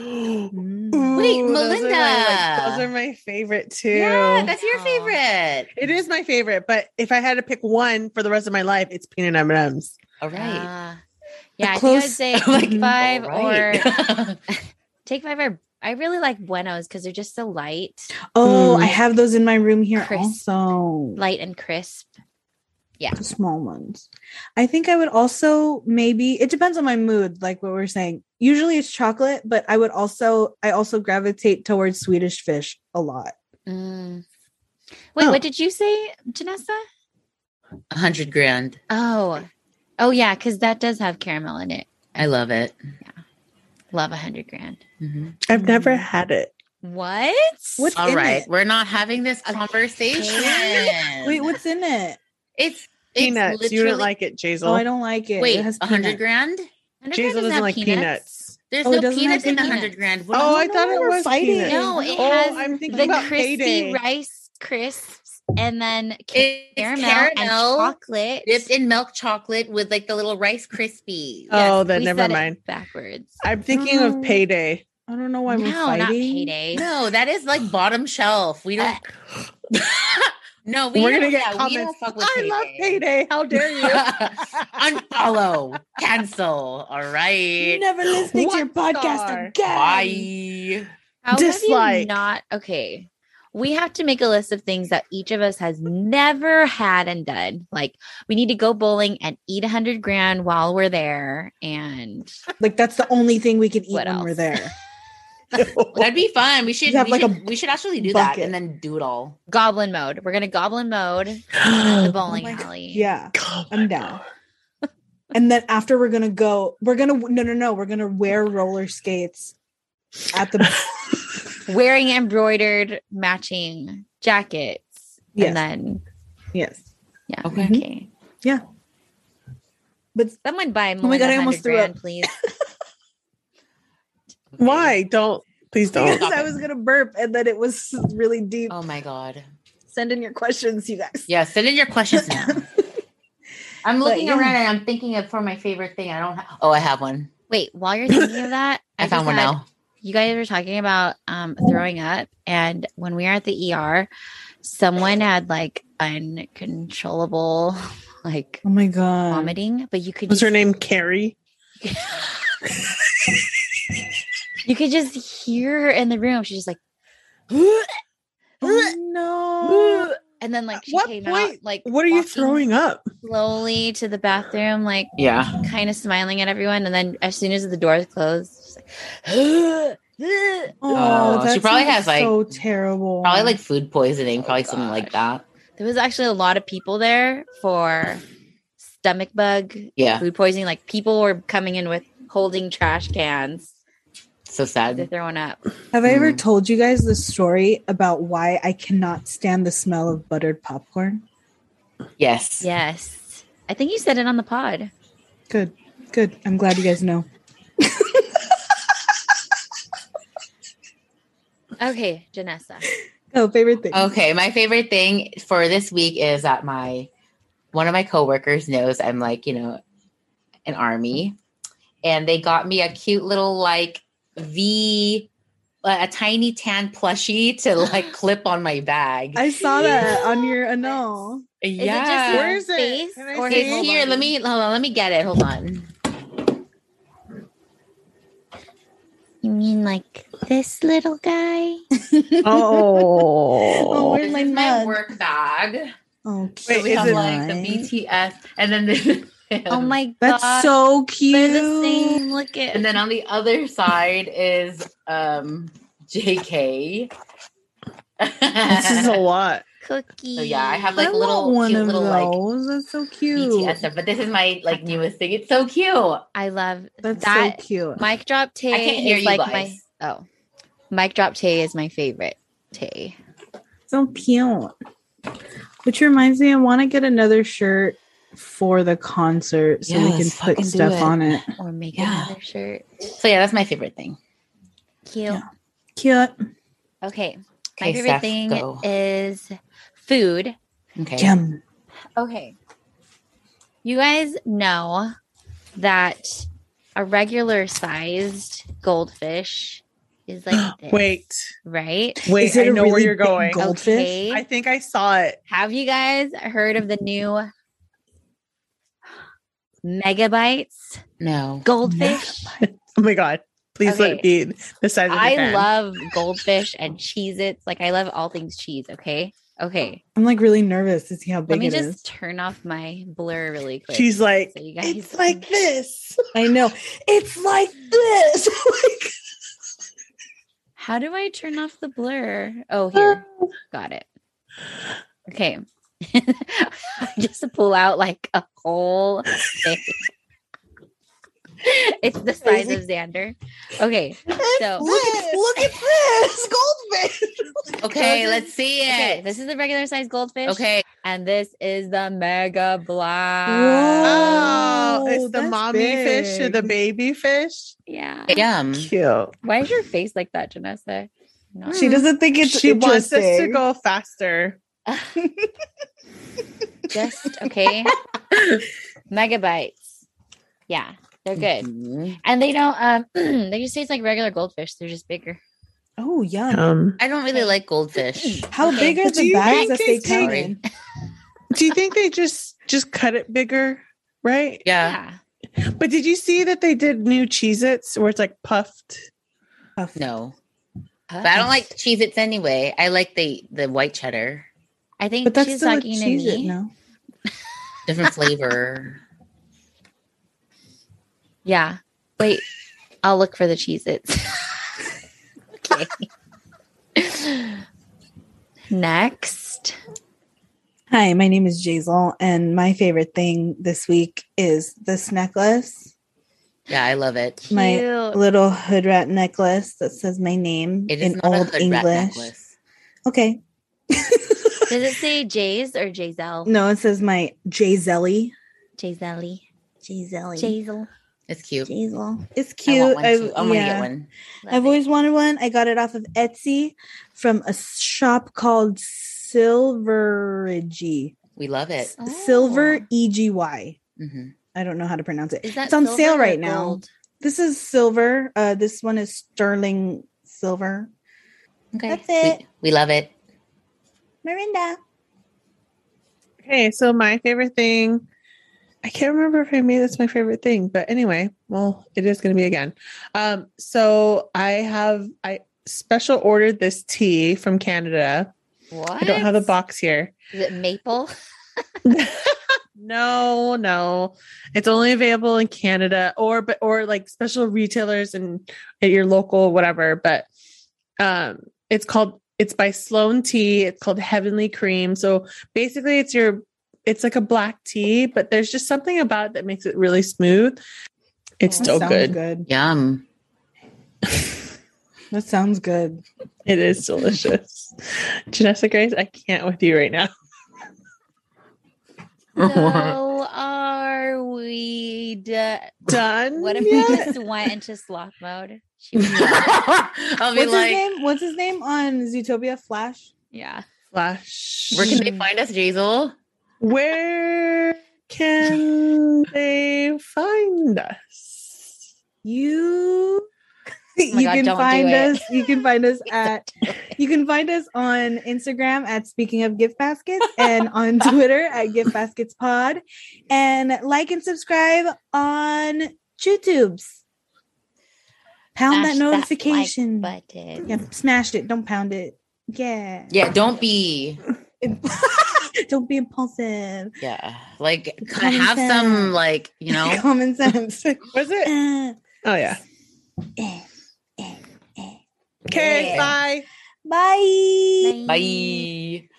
Mm. Wait, those are, my, like, Melinda. those are my favorite too. Yeah, that's your Wow. favorite. it is my favorite, but if I had to pick one for the rest of my life, it's peanut M and M's. All right. Uh, yeah, I close- *laughs* think I'd say Like, take five all right. or take five or I really like buenos because they're just so light, oh Mm. i have those in my room here Crisp. also light and crisp. the small ones i think i would also maybe it depends on my mood like what we're saying usually it's chocolate but i would also i also gravitate towards swedish fish a lot Mm. Wait, Oh. what did you say, Janessa? *laughs* A hundred grand. Oh, oh yeah, because that does have caramel in it. I love it. Love a hundred grand. Mhm. I've never Mm. had it. What? What's All in right, it? we're not having this conversation. wait what's in it it's it's Peanuts. you literally- didn't like it, Jaisal. oh i don't like it Wait, it has a peanut. hundred grand? $100 Jaisal doesn't, have like peanuts. There's Oh, it no doesn't have peanuts in a peanuts. hundred grand. What Oh, I don't thought know it what we're was fighting. peanuts. No, it oh, has I'm thinking the about crispy payday. rice crisps and then ca- It's caramel, and caramel chocolate. dipped in milk chocolate with like the little rice crispy. Oh, then We never said it mind. backwards. I'm thinking of No. payday. i don't know why No, we're not fighting payday. No, that is like bottom shelf. We *sighs* don't. no, we We're don't- gonna get yeah, we don't comments. fuck with I love payday. How dare *laughs* Unfollow, cancel. All You right, never listening to your One podcast star. again bye. How have you Dislike. not okay? we have to make a list of things that each of us has never had and done. Like we need to go bowling and eat a hundred grand while we're there. And Like that's the only thing we could eat What when we're else? there. *laughs* *laughs* That'd be fun. We should have, we like, should, a we should actually do that bucket. and then do it all. goblin mode. We're gonna goblin mode at the Oh bowling my- alley. Yeah. my *laughs* I'm down. God. And then after we're gonna go, we're gonna no no no, we're gonna wear roller skates at *laughs* the Wearing embroidered matching jackets. Yes. And then yes. yeah. Okay. Okay. Yeah. But- Oh someone buy more my God, I almost threw grand, up. please. Why? Don't please don't. Because I was gonna burp and then it was really deep. Oh my god. Send in your questions, you guys. Yeah, send in your questions *laughs* now. I'm But, looking yeah. around and I'm thinking of for my favorite thing. I don't. Ha- oh, I have one. Wait, while you're thinking of that, *laughs* I, found just one had- now. you guys were talking about um throwing up and when we were at the ER someone had like uncontrollable *laughs* like Oh my god. vomiting but you could Mm-hmm. Was just, her name Carrie? *gasps* you could just hear her in the room she's just like Oh, *laughs* no. and then like she What came out point- like What are you walking throwing up? slowly to the bathroom like *gasps* Yeah. kind of smiling at everyone and then as soon as the doors closed she's like Oh, she probably sounds has, like- so terrible. Probably like Oh food poisoning. Probably something like gosh. that. there was actually a lot of people there for stomach bug Yeah. food poisoning. Like people were coming in with holding trash cans. So They're sad. throwing up. Have I ever Mm. told you guys the story about why I cannot stand the smell of buttered popcorn? Yes. Yes. I think you said it on the pod. Good, good. I'm glad you guys know. Okay, Janessa. Oh, favorite thing. Okay, my favorite thing for this week is that my one of my coworkers knows I'm like, you know, an army. And they got me a cute little like V uh, a tiny tan plushie to like clip on my bag. I saw that on your Anil. Is it just Where your is it? face? Can I Or see his it? it's whole here. body? Let me hold on, let me get it. Hold on. You mean like this little guy? Oh. Where's This my is my mug? work bag. Oh, Wait, cute. So we have it- like the BTS and then the Oh my god. That's so They're cute. the same. Look at And then on the other side is um JK. This is a lot. cookie. *laughs* so yeah, I have I like little want one cute of little like those. That's so cute. BTS stuff. But this is my like newest thing. It's so cute. I I love That's that. so cute. Mic drop Tay can't hear is you like my guys. oh. Mic drop Tay is my favorite Tay. So cute. Which reminds me, I want to get another shirt for the concert so Yeah, we can let's put fucking do stuff it. on it. Or make Yeah. another shirt. So yeah, that's my favorite thing. Cute. Yeah. Cute. Okay. My Okay, favorite Steph, thing go. is food. Okay. Yum. Okay. You guys know that a regular sized goldfish is like *gasps* this, Wait. right? Wait, Is it I a know where really you're big going. gold- Goldfish? Okay. I think I saw it. Have you guys heard of the new megabytes No. goldfish? Oh my god. Please let it be the size of your I hand. love goldfish and cheese its. Like I love all things cheese, okay? Okay. I'm like really nervous to see how big Let me it is. just turn off my blur really quick. She's like, so you guys it's like can- this. I know. It's like this. *laughs* Like- How do I turn off the blur? Oh, here. Got it. Okay. *laughs* Just to pull out like a whole thing. *laughs* it's the size of Xander. Okay. So look at this goldfish. this Okay, is- let's see okay, it. this is the regular size goldfish. Okay. And this is the mega Whoa. blob. Oh, Oh, it's the that's mommy fish to big. the baby fish. Yeah. Yum. Cute. Why is your face like that, Janessa? No. She doesn't think it's she wants us to interesting. go faster. *laughs* just okay. Megabytes. Yeah, they're good. Mhm. And they don't um *clears throat* they just taste like regular goldfish. They're just bigger. Oh, yum. Um, I don't really like goldfish. How Okay. big are Do the you bags think that they it's come sorry? in? do you think they just just cut it bigger? Right? Yeah. Yeah. But did you see that they did new Cheez Its where it's like puffed? Puff. No. But I don't like Cheez Its anyway. I like the the white cheddar. I think But that's she's still a talking to cheese it me. no. Different flavor. Yeah. Wait, I'll look for the Cheez Its. *laughs* okay. Next. Hi, my name is Jazel, and my favorite thing this week is this necklace, yeah, I love it. My Cute. little hood rat necklace that says my name It is in not a old hood English. rat necklace. Okay. Does it say Jay's or Jayzel? No, it says my Jazelly. Jayzelly. Jazelly. Jazel. It's cute. Jazel. It's I cute. want one too. I've- I'm gonna yeah. get one. I've always wanted one. I got it off of Etsy from a shop called Silvergy. We love it. Silver E G Y. hmm I don't know how to pronounce it. Oh. Is that It's on silver sale or right now. gold? This is silver. Uh, this one is sterling silver. Okay. That's We- it. We, love it. Miranda. Okay, so my favorite thing. I can't remember if I made this my favorite thing, but anyway, well, it is going to be again. Um, so I have I special ordered this tea from Canada. What? I don't have the box here. Is it maple? *laughs* No, no, it's only available in Canada or but or like special retailers and at your local whatever. But um, it's called it's by Sloan Tea. It's called Heavenly Cream. So basically, it's your it's like a black tea, but there's just something about it that makes it really smooth. It's Oh, That so sounds good. Yum. That sounds good. It is delicious. *laughs* Janessa Grace, I can't with you right now. So are we? d- Done. what if we yet? just went into sloth mode? She would be- *laughs* I'll be What's like, his name? What's his name on Zootopia Flash? *laughs* yeah. Flash. where can they find us, Jazel? Where can they find us? You *laughs* you Oh God, can don't do find it. us. You can *laughs* find us at you can find us on Instagram at speaking of gift baskets and *laughs* on Twitter at gift baskets pod and like and subscribe on YouTube's. Pound Smash that notification. like button. yeah, smashed it. Don't pound it. Yeah. Yeah, don't be. *laughs* Don't be impulsive. Yeah, like Common have some sense. like you know. Common sense. *laughs* Was it? Uh, Oh yeah. eh, eh, eh. Okay, Yeah. bye. Bye. Bye.